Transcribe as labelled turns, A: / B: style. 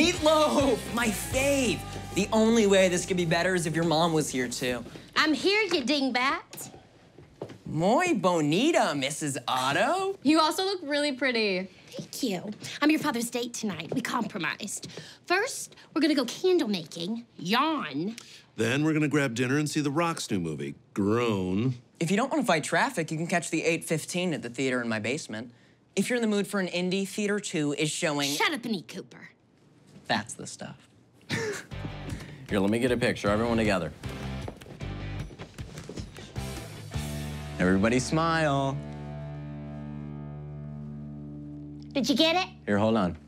A: Meatloaf, my fave. The only way this could be better is if your mom was here too.
B: I'm here, you dingbat.
A: Muy bonita, Mrs. Otto.
C: You also look really pretty.
B: Thank you. I'm your father's date tonight. We compromised. First, we're gonna go candle making. Yawn.
D: Then we're gonna grab dinner and see The Rock's new movie, Grown.
A: If you don't want to fight traffic, you can catch the 8:15 at the theater in my basement. If you're in the mood for an indie, Theater 2 is showing
B: Shut up, and eat Cooper.
A: that's the stuff.
E: Here, let me get a picture. Everyone together. Everybody smile.
B: Did you get it?
E: Here, hold on.